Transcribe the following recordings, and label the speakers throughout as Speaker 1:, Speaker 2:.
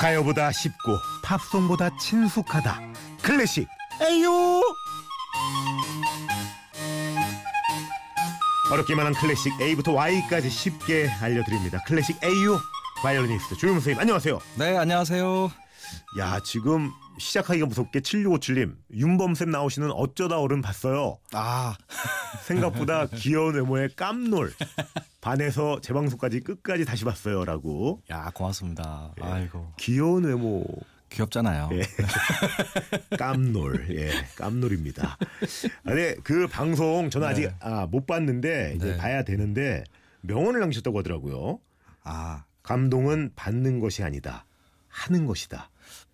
Speaker 1: 가요보다 쉽고 팝송보다 친숙하다 클래식 에요 어렵기만 한 클래식 A부터 Y까지 쉽게 알려드립니다 클래식 에요 바이올리니스트 조용 선생님 안녕하세요
Speaker 2: 네, 안녕하세요.
Speaker 1: 야 지금 시작하기가 무섭게 7657님 윤범쌤 나오시는 어쩌다 어른 봤어요
Speaker 2: 아,
Speaker 1: 생각보다 귀여운 외모의 깜놀 반해서 재방송까지 끝까지 다시 봤어요라고
Speaker 2: 야, 고맙습니다.
Speaker 1: 예.
Speaker 2: 아이고,
Speaker 1: 귀여운 외모
Speaker 2: 귀엽잖아요.
Speaker 1: 예. 깜놀 예 깜놀입니다. 아니 그 방송 저는 아직 아, 못 봤는데 이제
Speaker 2: 네.
Speaker 1: 봐야 되는데 명언을 남기셨다고 하더라고요.
Speaker 2: 아,
Speaker 1: 감동은 받는 것이 아니다 하는 것이다.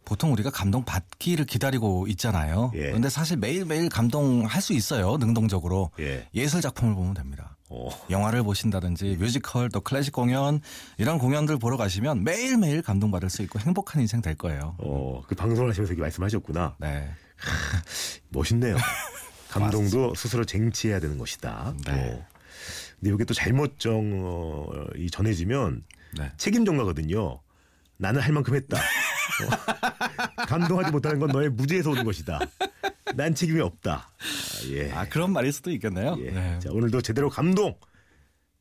Speaker 2: 보통 우리가 감동 받기를 기다리고 있잖아요.
Speaker 1: 예.
Speaker 2: 근데 사실 매일매일 감동할 수 있어요, 능동적으로.
Speaker 1: 예.
Speaker 2: 예술 작품을 보면 됩니다.
Speaker 1: 어.
Speaker 2: 영화를 보신다든지 뮤지컬 또 클래식 공연 이런 공연들 보러 가시면 매일매일 감동받을 수 있고 행복한 인생 될 거예요.
Speaker 1: 어, 그 방송을 하시면서 이렇게 말씀하셨구나.
Speaker 2: 네.
Speaker 1: 멋있네요. 감동도 스스로 쟁취해야 되는 것이다.
Speaker 2: 네.
Speaker 1: 어. 근데 이게 또 잘못 어, 정이 전해지면
Speaker 2: 네.
Speaker 1: 책임 종가거든요. 나는 할 만큼 했다. 어. 감동하지 못하는 건 너의 무지에서 오는 것이다. 난 책임이 없다. 아, 예.
Speaker 2: 아, 그런 말일 수도 있겠네요.
Speaker 1: 예.
Speaker 2: 네.
Speaker 1: 자, 오늘도 제대로 감동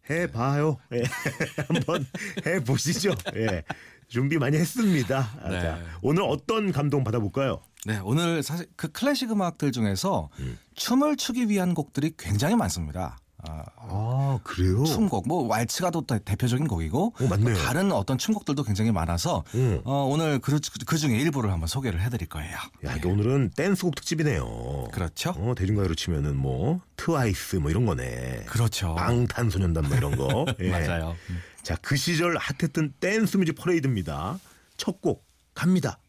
Speaker 1: 해 봐요. 예. 한번 해 보시죠. 예. 준비 많이 했습니다. 아,
Speaker 2: 네.
Speaker 1: 자, 오늘 어떤 감동 받아볼까요?
Speaker 2: 네, 오늘 사실 그 클래식 음악들 중에서 춤을 추기 위한 곡들이 굉장히 많습니다. 아,
Speaker 1: 아, 그래요? 뭐
Speaker 2: 춤곡 뭐 왈츠가 또 대- 대표적인 곡이고
Speaker 1: 오, 어, 맞네요.
Speaker 2: 또 다른 어떤 춤곡들도 굉장히 많아서
Speaker 1: 음.
Speaker 2: 어, 오늘 그, 그 중에 일부를 한번 소개를 해드릴 거예요.
Speaker 1: 야, 이게 오늘은 댄스곡 특집이네요.
Speaker 2: 그렇죠?
Speaker 1: 어, 대중가요로 치면은 뭐 트와이스 뭐 이런 거네.
Speaker 2: 그렇죠.
Speaker 1: 방탄소년단 뭐 이런 거. 예.
Speaker 2: 맞아요. 음.
Speaker 1: 자, 그 시절 핫했던 댄스 뮤직 퍼레이드입니다. 첫 곡 갑니다.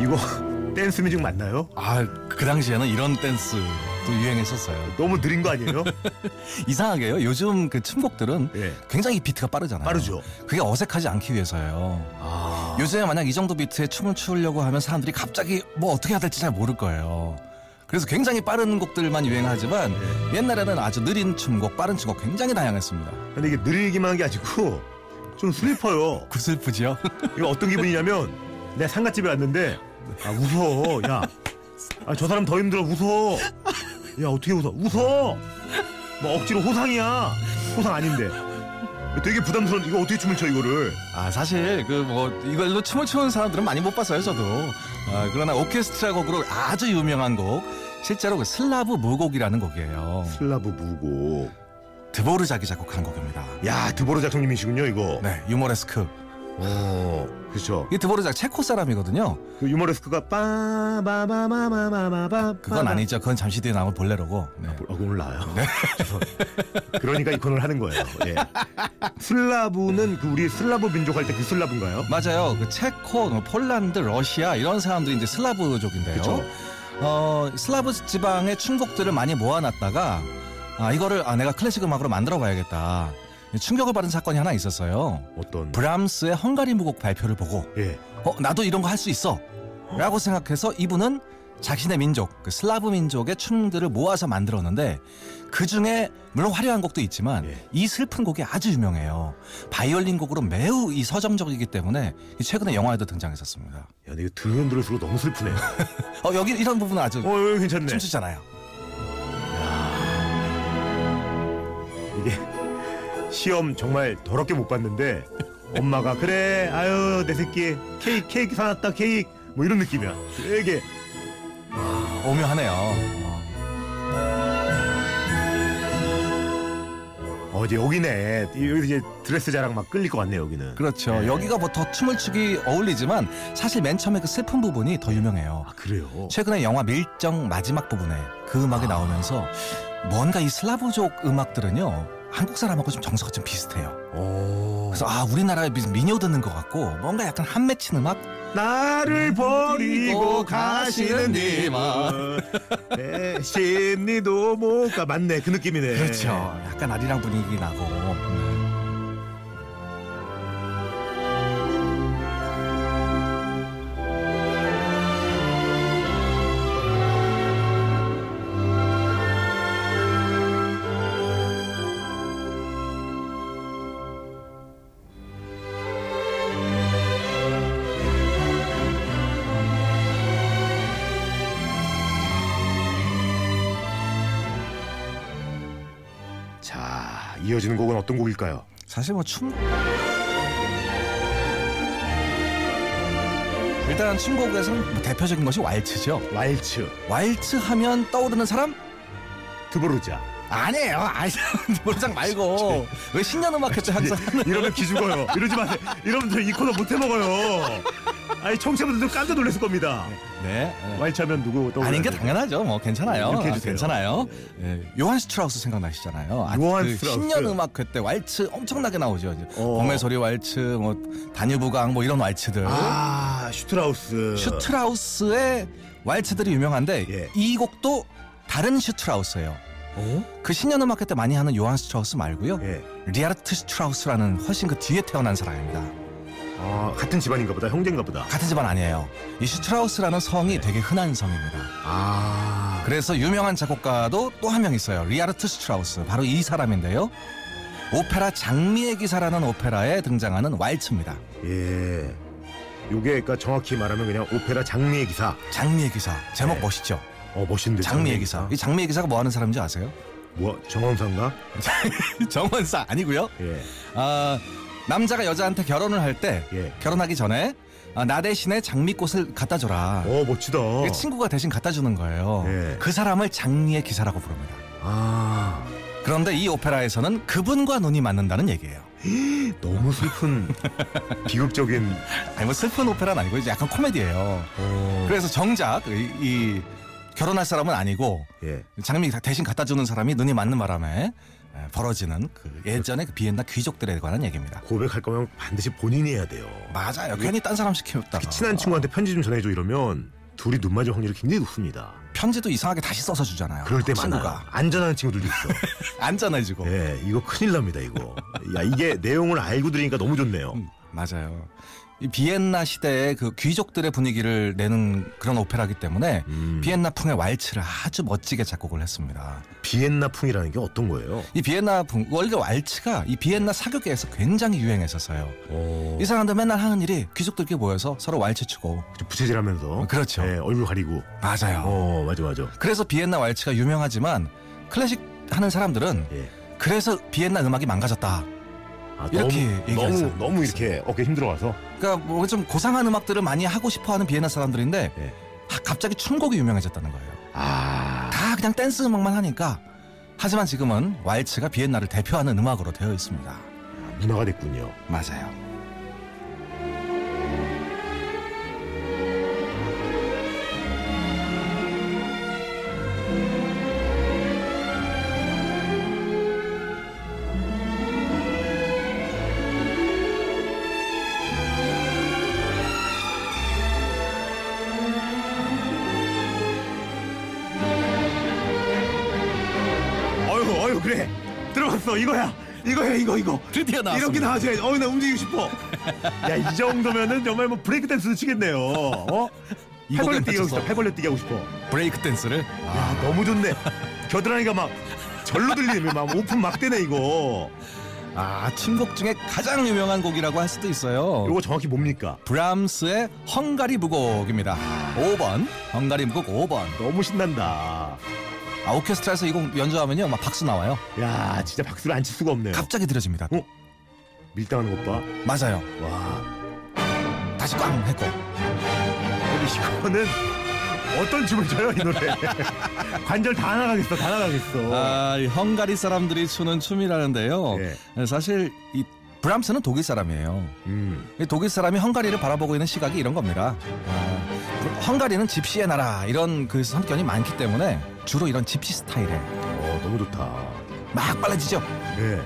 Speaker 1: 이거 댄스 뮤직 맞나요?
Speaker 2: 아, 그 당시에는 이런 댄스도 유행했었어요.
Speaker 1: 너무 느린 거 아니에요?
Speaker 2: 이상하게요. 요즘 그 춤곡들은
Speaker 1: 예.
Speaker 2: 굉장히 비트가 빠르잖아요.
Speaker 1: 빠르죠.
Speaker 2: 그게 어색하지 않기 위해서예요.
Speaker 1: 아.
Speaker 2: 요즘에 만약 이 정도 비트에 춤을 추려고 하면 사람들이 갑자기 뭐 어떻게 해야 될지 잘 모를 거예요. 그래서 굉장히 빠른 곡들만 유행하지만 옛날에는 아주 느린 춤곡, 빠른 춤곡 굉장히 다양했습니다.
Speaker 1: 근데 이게 느리기만 한 게 아니고 좀 슬퍼요.
Speaker 2: 구슬프지요?
Speaker 1: 이거 어떤 기분이냐면 내가 상가집에 왔는데 아 웃어 야. 아, 저 사람 더 힘들어 웃어. 야 어떻게 웃어? 웃어. 뭐 억지로 호상이야. 호상 아닌데. 되게 부담스러운 이거 어떻게 춤을 춰 이거를.
Speaker 2: 아 사실 그 뭐 이걸로 춤을 추는 사람들은 많이 못 봤어요 저도. 아, 그러나 오케스트라 곡으로 아주 유명한 곡 실제로 그 슬라브 무곡이라는 곡이에요.
Speaker 1: 슬라브 무고.
Speaker 2: 드보르작이 작곡한 곡입니다.
Speaker 1: 야 드보르 작성님이시군요 이거.
Speaker 2: 네, 유머레스크.
Speaker 1: 어 그렇죠.
Speaker 2: 이 드보르작 체코 사람이거든요.
Speaker 1: 그 유머레스크가 빠바바바바바바바.
Speaker 2: 그건 아니죠. 그건 잠시 뒤에 나올 볼레로고. 네.
Speaker 1: 아, 오늘 나요. 그러니까 이콘을 하는 거예요. 예. 슬라브는 그 우리 슬라브 민족 할 때 그 슬라브인가요?
Speaker 2: 맞아요. 그 체코, 뭐 폴란드, 러시아 이런 사람들이 이제 슬라브족인데요.
Speaker 1: 그쵸.
Speaker 2: 어, 슬라브 지방의 춤곡들을 많이 모아놨다가 아 이거를 아 내가 클래식 음악으로 만들어봐야겠다. 충격을 받은 사건이 하나 있었어요.
Speaker 1: 어떤
Speaker 2: 브람스의 헝가리 무곡 발표를 보고
Speaker 1: 예.
Speaker 2: 어 나도 이런 거 할 수 있어라고 생각해서 이분은 자신의 민족 그 슬라브 민족의 춤들을 모아서 만들었는데 그 중에 물론 화려한 곡도 있지만
Speaker 1: 예.
Speaker 2: 이 슬픈 곡이 아주 유명해요 바이올린 곡으로 매우 이 서정적이기 때문에 최근에 영화에도 등장했었습니다
Speaker 1: 야, 근데 이거 들으면 들을수록 너무 슬프네요.
Speaker 2: 어 여기 이런 부분은 아주
Speaker 1: 어, 이거 괜찮네.
Speaker 2: 춤추잖아요
Speaker 1: 이게 시험 정말 더럽게 못 봤는데 엄마가 그래, 아유 내 새끼 케이크 케이크 사놨다 케이크 뭐 이런 느낌이야. 되게
Speaker 2: 오묘하네요 어.
Speaker 1: 어 이제 여기네. 여기서 이제 드레스 자랑 막 끌릴 것 같네요 여기는.
Speaker 2: 그렇죠
Speaker 1: 예.
Speaker 2: 여기가 뭐 더 춤을 추기 어울리지만 사실 맨 처음에 그 슬픈 부분이 더 유명해요
Speaker 1: 아 그래요.
Speaker 2: 최근에 영화 밀정 마지막 부분에 그 음악이 나오면서 뭔가 이 슬라브족 음악들은요 한국 사람하고 좀 정서가 좀 비슷해요.
Speaker 1: 오.
Speaker 2: 그래서 아 우리나라의 미- 미녀 듣는 것 같고 뭔가 약간 한 맺힌 음악
Speaker 1: 나를 버리고
Speaker 2: 버리고
Speaker 1: 가시는 네
Speaker 2: 가시는
Speaker 1: 님은 내 심리도 못 가. 맞네 그 느낌이네.
Speaker 2: 네. 그렇죠. 약간 아리랑 분위기 나고.
Speaker 1: 자 이어지는 곡은 어떤 곡일까요?
Speaker 2: 사실 뭐 춤. 일단 춤곡에서는 뭐 대표적인 것이 왈츠죠.
Speaker 1: 왈츠
Speaker 2: 왈츠 하면 떠오르는 사람
Speaker 1: 드보르자.
Speaker 2: 아니에요. 아니 노래장 말고 왜 신년 음악 했죠 항상.
Speaker 1: 이러면 기죽어요. 이러지 마세요. 이러면 저 이 코너 못 해먹어요. 아니 청취자분들도 깜짝 놀랐을 겁니다.
Speaker 2: 네. 네.
Speaker 1: 왈츠하면 누구 떠오르?
Speaker 2: 아닌 게 당연하죠. 뭐 괜찮아요.
Speaker 1: 이렇게
Speaker 2: 아,
Speaker 1: 해주세요. 네.
Speaker 2: 괜찮아요. 예, 요한 스트라우스 생각나시잖아요. 아,
Speaker 1: 요한
Speaker 2: 그
Speaker 1: 스트라우스.
Speaker 2: 신년 음악 그때 왈츠 엄청나게 나오죠. 이제
Speaker 1: 어.
Speaker 2: 봄의 소리 왈츠, 뭐 다뉴브강 뭐 이런 왈츠들.
Speaker 1: 아 슈트라우스.
Speaker 2: 슈트라우스의 왈츠들이 유명한데
Speaker 1: 예.
Speaker 2: 이 곡도 다른 슈트라우스예요.
Speaker 1: 어?
Speaker 2: 그 신년 음악 때 많이 하는 요한 스트라우스 말고요.
Speaker 1: 예.
Speaker 2: 리하르트 스트라우스라는 훨씬 그 뒤에 태어난 사람입니다.
Speaker 1: 아 같은 집안인가 보다. 형제인가 보다.
Speaker 2: 같은 집안 아니에요. 이 슈트라우스라는 성이
Speaker 1: 네.
Speaker 2: 되게 흔한 성입니다.
Speaker 1: 아.
Speaker 2: 그래서 유명한 작곡가도 또 한 명 있어요. 리하르트 스트라우스. 바로 이 사람인데요. 오페라 장미의 기사라는 오페라에 등장하는 왈츠입니다.
Speaker 1: 예. 요게 그러니까 정확히 말하면 그냥 오페라 장미의 기사.
Speaker 2: 장미의 기사. 제목
Speaker 1: 네.
Speaker 2: 멋있죠?
Speaker 1: 어 멋있는데. 예.
Speaker 2: 장미의 기사. 이 장미의 기사가 뭐 하는 사람인지 아세요?
Speaker 1: 뭐 정원상가?
Speaker 2: 정원사 아니고요.
Speaker 1: 예.
Speaker 2: 아, 남자가 여자한테 결혼을 할 때
Speaker 1: 예.
Speaker 2: 결혼하기 전에 아, 나 대신에 장미꽃을 갖다 줘라.
Speaker 1: 어 멋지다.
Speaker 2: 그 친구가 대신 갖다 주는 거예요.
Speaker 1: 네.
Speaker 2: 그 사람을 장미의 기사라고 부릅니다.
Speaker 1: 아
Speaker 2: 그런데 이 오페라에서는 그분과 눈이 맞는다는 얘기예요.
Speaker 1: 너무 슬픈 비극적인.
Speaker 2: 아니 뭐 슬픈 오페라는 아니고 이제 약간 코미디예요.
Speaker 1: 어.
Speaker 2: 그래서 정작 이, 이 결혼할 사람은 아니고
Speaker 1: 예.
Speaker 2: 장미 대신 갖다 주는 사람이 눈이 맞는 바람에 에, 벌어지는 그 예전에 그 비엔나 귀족들에 관한 얘기입니다.
Speaker 1: 고백할 거면 반드시 본인이 해야 돼요.
Speaker 2: 맞아요. 괜히 딴 사람 시켰다가
Speaker 1: 그 친한 친구한테 편지 좀 전해줘 이러면 둘이 눈 맞을 확률이 굉장히 높습니다.
Speaker 2: 편지도 이상하게 다시 써서 주잖아요.
Speaker 1: 그럴 때 많아.
Speaker 2: 친구가
Speaker 1: 안전한 친구들도 있어.
Speaker 2: 안전해지고
Speaker 1: 예, 이거 큰일 납니다 이거. 야 이게 내용을 알고 들으니까 너무 좋네요.
Speaker 2: 음, 맞아요. 이 비엔나 시대의 그 귀족들의 분위기를 내는 그런 오페라기 때문에
Speaker 1: 음,
Speaker 2: 비엔나 풍의 왈츠를 아주 멋지게 작곡을 했습니다.
Speaker 1: 비엔나 풍이라는 게 어떤 거예요?
Speaker 2: 이 비엔나 분- 원래 왈츠가 이 비엔나 사교계에서 굉장히 유행했었어요.
Speaker 1: 어,
Speaker 2: 이 사람들 맨날 하는 일이 귀족들끼리 모여서 서로 왈츠 추고
Speaker 1: 부채질하면서
Speaker 2: 그렇죠.
Speaker 1: 예, 얼굴 가리고.
Speaker 2: 맞아요.
Speaker 1: 어, 맞아 맞아.
Speaker 2: 그래서 비엔나 왈츠가 유명하지만 클래식 하는 사람들은
Speaker 1: 예.
Speaker 2: 그래서 비엔나 음악이 망가졌다.
Speaker 1: 아,
Speaker 2: 이렇게
Speaker 1: 너무
Speaker 2: 얘기하는
Speaker 1: 너무,
Speaker 2: 사람들
Speaker 1: 너무 이렇게 어깨 힘들어가서
Speaker 2: 그러니까 뭐 좀 고상한 음악들을 많이 하고 싶어하는 비엔나 사람들인데
Speaker 1: 예.
Speaker 2: 하- 갑자기 춤곡이 유명해졌다는 거예요.
Speaker 1: 아
Speaker 2: 다 그냥 댄스 음악만 하니까. 하지만 지금은 왈츠가 비엔나를 대표하는 음악으로 되어 있습니다.
Speaker 1: 문화가 됐군요.
Speaker 2: 맞아요.
Speaker 1: 어휴 어휴 그래 들어갔어 이거야 이거야 이거 이거
Speaker 2: 드디어
Speaker 1: 이렇게
Speaker 2: 나왔습니다.
Speaker 1: 나와줘야지. 어우 나 움직이고 싶어. 야 이 정도면은 정말 뭐 브레이크 댄스도 치겠네요. 어?
Speaker 2: 이
Speaker 1: 팔벌레
Speaker 2: 곡에
Speaker 1: 뛰기 하고 싶다.
Speaker 2: 맞춰서
Speaker 1: 팔벌레 뛰기 하고 싶어. 아.
Speaker 2: 브레이크 댄스를
Speaker 1: 야 너무 좋네. 겨드랑이가 막 절로 들리네. 막 오픈 막 되네 이거.
Speaker 2: 아 춤곡 중에 가장 유명한 곡이라고 할 수도 있어요.
Speaker 1: 이거 정확히 뭡니까?
Speaker 2: 브람스의 헝가리 무곡입니다. 5번 헝가리 무곡 5번.
Speaker 1: 너무 신난다.
Speaker 2: 아 오케스트라에서 이 곡 연주하면요 막 박수 나와요.
Speaker 1: 야 진짜 박수를 안 칠 수가 없네요.
Speaker 2: 갑자기 들어집니다.
Speaker 1: 어? 밀당하는 것 봐.
Speaker 2: 맞아요.
Speaker 1: 와
Speaker 2: 다시 꽝 했고
Speaker 1: 우리 이거는 어떤 춤을 춰요 이 노래? 관절 다 나가겠어 다 나가겠어.
Speaker 2: 아, 이 헝가리 사람들이 추는 춤이라는데요.
Speaker 1: 예.
Speaker 2: 사실 이 브람스는 독일 사람이에요.
Speaker 1: 음.
Speaker 2: 이 독일 사람이 헝가리를 바라보고 있는 시각이 이런 겁니다. 아, 헝가리는 집시의 나라 이런 그 선견이 많기 때문에 주로 이런 집시 스타일의
Speaker 1: 어 너무 좋다.
Speaker 2: 막 빨라지죠.
Speaker 1: 예.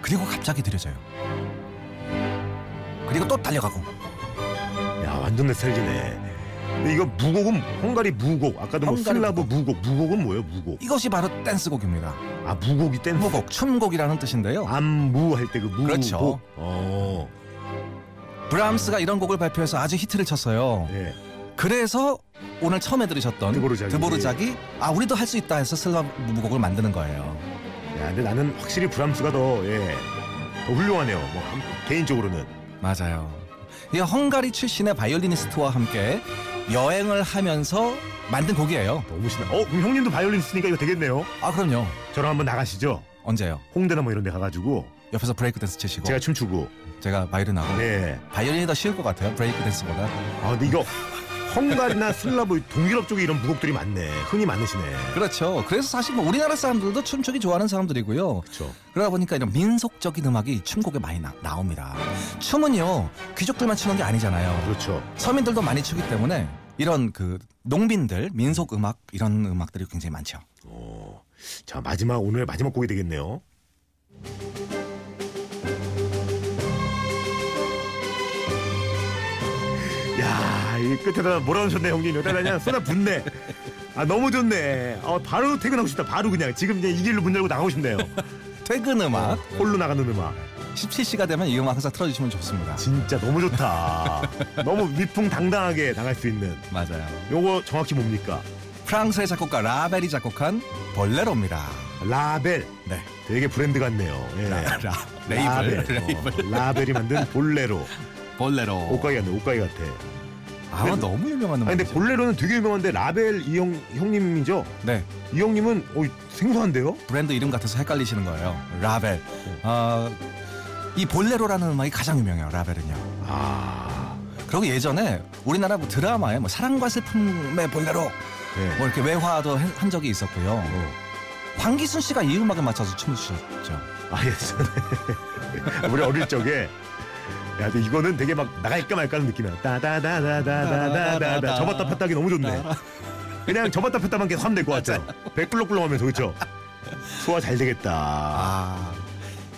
Speaker 2: 그리고 갑자기 느려져요. 그리고 또 달려가고.
Speaker 1: 야 완전 내 스타일이네. 근데 이거 무곡은 헝가리 무곡. 아까도 뭐
Speaker 2: 헝가리
Speaker 1: 슬라브 무곡. 무곡은 뭐예요? 무곡.
Speaker 2: 이것이 바로 댄스곡입니다.
Speaker 1: 아 무곡이 댄스.
Speaker 2: 무곡, 춤곡이라는 뜻인데요.
Speaker 1: 아. 안무 할 때 그 무곡.
Speaker 2: 그렇죠.
Speaker 1: 어.
Speaker 2: 브람스가 이런 곡을 발표해서 아주 히트를 쳤어요.
Speaker 1: 예.
Speaker 2: 그래서 오늘 처음에 들으셨던
Speaker 1: 드보르자기.
Speaker 2: 드보르작이 아 우리도 할 수 있다 해서 슬라브 무곡을 만드는 거예요.
Speaker 1: 야, 근데 나는 확실히 브람스가 더 예. 더 훌륭하네요. 뭐 한- 개인적으로는.
Speaker 2: 맞아요. 이 헝가리 출신의 바이올리니스트와 함께 여행을 하면서 만든 곡이에요.
Speaker 1: 너무 신나. 어, 그럼 형님도 바이올린 쓰니까 이거 되겠네요.
Speaker 2: 아 그럼요.
Speaker 1: 저랑 한번 나가시죠.
Speaker 2: 언제요?
Speaker 1: 홍대나 뭐 이런 데 가가지고
Speaker 2: 옆에서 브레이크 댄스 치시고
Speaker 1: 제가
Speaker 2: 제가,
Speaker 1: 춤추고.
Speaker 2: 바이올린하고
Speaker 1: 네.
Speaker 2: 바이올린이 더 쉬울 것 같아요. 브레이크 댄스보다.
Speaker 1: 아, 근데 이거 헝가리나 슬라브 동유럽 쪽에 이런 무곡들이 많네. 흥이 많으시네.
Speaker 2: 그렇죠. 그래서 사실 뭐 우리나라 사람들도 춤추기 좋아하는 사람들이고요.
Speaker 1: 그렇죠.
Speaker 2: 그러다 보니까 이런 민속적인 음악이 춤곡에 많이 나, 나옵니다. 춤은요 귀족들만 추는 게 아니잖아요.
Speaker 1: 그렇죠.
Speaker 2: 서민들도 많이 추기 때문에 이런 그 농민들 민속 음악 이런 음악들이 굉장히 많죠.
Speaker 1: 어. 자, 마지막 오늘의 마지막 곡이 되겠네요. 야, 이 끝에다 몰아놓으셨네, 형님. 여기다 그냥 쏟아붓네. 아, 너무 좋네. 어, 바로 퇴근하고 싶다. 바로 그냥. 지금 이제 이 길로 문 열고 나가고 싶네요.
Speaker 2: 퇴근 음악
Speaker 1: 홀로 나가는 음악.
Speaker 2: 17시가 되면 이 음악 항상 틀어주시면 좋습니다.
Speaker 1: 진짜 너무 좋다. 너무 위풍당당하게 나갈 수 있는.
Speaker 2: 맞아요.
Speaker 1: 요거 정확히 뭡니까?
Speaker 2: 프랑스의 작곡가 라벨이 작곡한 벌레로입니다.
Speaker 1: 라벨.
Speaker 2: 네.
Speaker 1: 되게 브랜드 같네요. 예.
Speaker 2: 라, 라, 레이블.
Speaker 1: 라벨.
Speaker 2: 레이블.
Speaker 1: 어, 라벨이 만든 볼레로.
Speaker 2: 벌레로.
Speaker 1: 옷가게 같네, 옷가게 같아.
Speaker 2: 아마 너무 유명한
Speaker 1: 아, 근데
Speaker 2: 음악이죠.
Speaker 1: 볼레로는 되게 유명한데 라벨 이 형, 형님이죠?
Speaker 2: 네.
Speaker 1: 이 형님은 어, 생소한데요?
Speaker 2: 브랜드 이름 같아서 헷갈리시는 거예요. 라벨. 어, 이 볼레로라는 음악이 가장 유명해요. 라벨은요.
Speaker 1: 아,
Speaker 2: 그리고 예전에 우리나라 뭐 드라마에 뭐 사랑과 슬픔의 볼레로 뭐
Speaker 1: 네.
Speaker 2: 이렇게 외화도 한 한 적이 있었고요.
Speaker 1: 어.
Speaker 2: 황기순 씨가 이 음악에 맞춰서 춤을 추셨죠.
Speaker 1: 아, 예전에. 우리 어릴 적에. 야, 근데 이거는 되게 막 나갈까 말까 하는 느낌이야. 따다다다다다다다다. 접었다 폈다 하기 너무 좋네. 그냥 접었다 폈다만 계속 하면 될 것 같아요. 배꿀럭꿀럭 하면서, 그쵸? 소화 잘 되겠다.
Speaker 2: 아.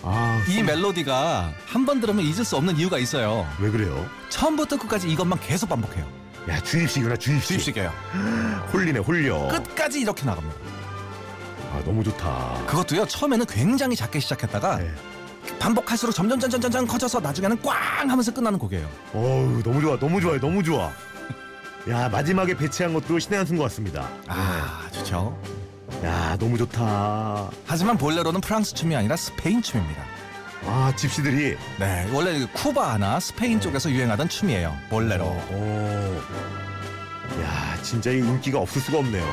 Speaker 1: 아,
Speaker 2: 이 멜로디가 한 번 들으면 잊을 수 없는 이유가 있어요.
Speaker 1: 왜 그래요?
Speaker 2: 처음부터 끝까지 이것만 계속 반복해요.
Speaker 1: 야, 주입식이구나, 주입식.
Speaker 2: 주입식이에요.
Speaker 1: 홀리네, 홀려.
Speaker 2: 어. 끝까지 이렇게 나갑니다.
Speaker 1: 아, 너무 좋다.
Speaker 2: 그것도요. 처음에는 굉장히 작게 시작했다가
Speaker 1: 네.
Speaker 2: 반복할수록 점점 점점 점점 커져서 나중에는 꽝 하면서 끝나는 곡이에요.
Speaker 1: 어우 너무 좋아 너무 좋아요 너무 좋아 야 마지막에 배치한 것도 신의 한수인 것 같습니다
Speaker 2: 아 좋죠.
Speaker 1: 야 너무 좋다
Speaker 2: 하지만 볼레로는 프랑스 춤이 아니라 스페인 춤입니다.
Speaker 1: 아 집시들이
Speaker 2: 네, 원래 그 쿠바나 스페인 쪽에서 유행하던 춤이에요. 볼레로.
Speaker 1: 오야 진짜 이 인기가 없을 수가 없네요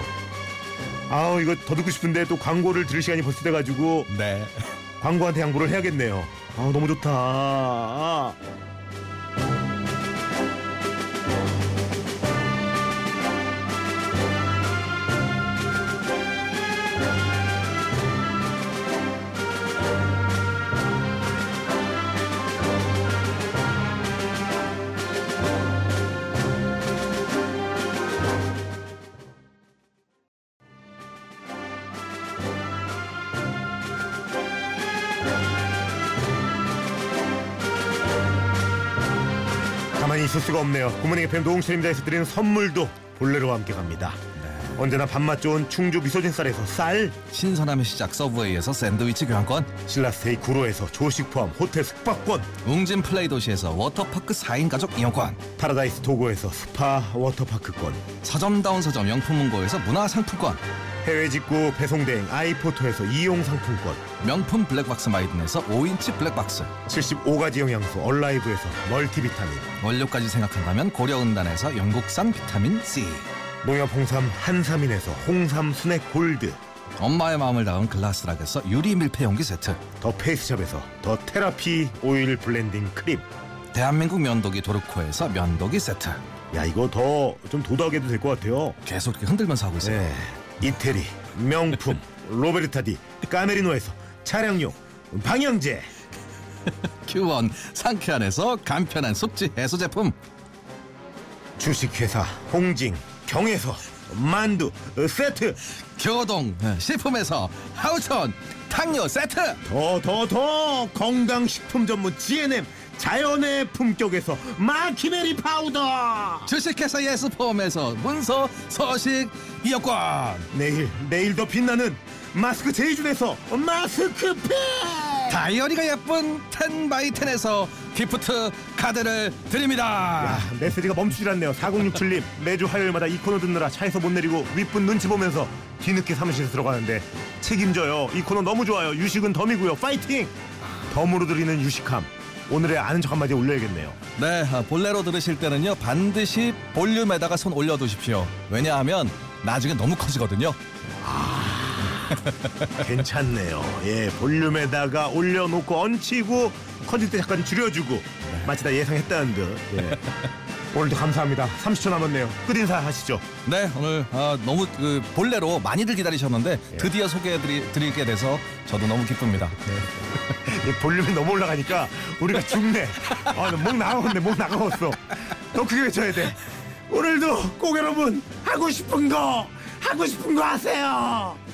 Speaker 1: 아우 이거 더 듣고 싶은데 또 광고를 들을 시간이 벌써 돼가지고
Speaker 2: 네.
Speaker 1: 광고한테 양보를 해야겠네요 아우 너무 아, 좋다 가만히 있을 수가 없네요 구모닝 FM 노홍철입니다에서 드리는 선물도 볼레로와 함께 갑니다 언제나 밥맛 좋은 충주 미소진 쌀에서 쌀
Speaker 2: 신선함의 시작 서브웨이에서 샌드위치 교환권,
Speaker 1: 신라스테이 구로에서 조식 포함 호텔 숙박권
Speaker 2: 웅진 플레이 도시에서 워터파크 4인 가족 이용권,
Speaker 1: 파라다이스 도고에서 스파 워터파크권
Speaker 2: 서점다운 서점 영품문고에서 문화상품권,
Speaker 1: 해외 직구 배송대행 아이포토에서 이용 상품권
Speaker 2: 명품 블랙박스 마이든에서 5인치 블랙박스
Speaker 1: 75가지 영양소 얼라이브에서 멀티비타민
Speaker 2: 원료까지 생각한다면 고려은단에서 영국산 비타민 C
Speaker 1: 농협 홍삼 한삼인에서 홍삼 스낵 골드
Speaker 2: 엄마의 마음을 담은 글라스락에서 유리 밀폐용기 세트
Speaker 1: 더 페이스샵에서 더 테라피 오일 블렌딩 크림
Speaker 2: 대한민국 면도기 도르코에서 면도기 세트
Speaker 1: 야 이거 더 좀 도도하게도 될 것 같아요
Speaker 2: 계속 이렇게 흔들면서 하고 있어요
Speaker 1: 네 이태리 명품 로베르타디 까메리노에서 차량용 방향제
Speaker 2: 큐원 상쾌한에서 간편한 숙취 해소 제품
Speaker 1: 주식회사 홍진 경에서 만두 어, 세트
Speaker 2: 교동 예, 식품에서 하우촌 탕류 세트
Speaker 1: 더 더 더 건강식품 전문 GNM 자연의 품격에서 마키메리 파우더
Speaker 2: 주식회사 예스폼에서 문서 서식 이어권
Speaker 1: 내일 내일 더 빛나는 마스크 제이준에서 마스크팩
Speaker 2: 다이어리가 예쁜 10바이10에서 기프트 카드를 드립니다.
Speaker 1: 야, 메시지가 아, 멈추질 않네요 4067님 매주 화요일마다 이 코너 듣느라 차에서 못 내리고 윗분 눈치 보면서 뒤늦게 사무실에 들어가는데 책임져요 이 코너 너무 좋아요 유식은 덤이고요 파이팅 덤으로 드리는 유식함 오늘의 아는 척 한마디 올려야겠네요
Speaker 2: 네, 아, 볼레로 들으실 때는요 반드시 볼륨에다가 손 올려두십시오. 왜냐하면 나중에 너무 커지거든요.
Speaker 1: 괜찮네요 예 볼륨에다가 올려놓고 얹히고 커질 때 약간 줄여주고 마치 다 예상했다는 듯 예. 오늘도 감사합니다 30초 남았네요 끝인사 하시죠
Speaker 2: 네, 오늘 아, 너무 그 볼레로 많이들 기다리셨는데 드디어 소개해드리게 돼서 저도 너무 기쁩니다.
Speaker 1: 이 볼륨이 너무 올라가니까 우리가 죽네. 아, 나목 나가겠네, 목 나가겠어. 더 크게 외쳐야 돼. 오늘도 꼭 여러분 하고 싶은 거 하고 싶은 거 하세요.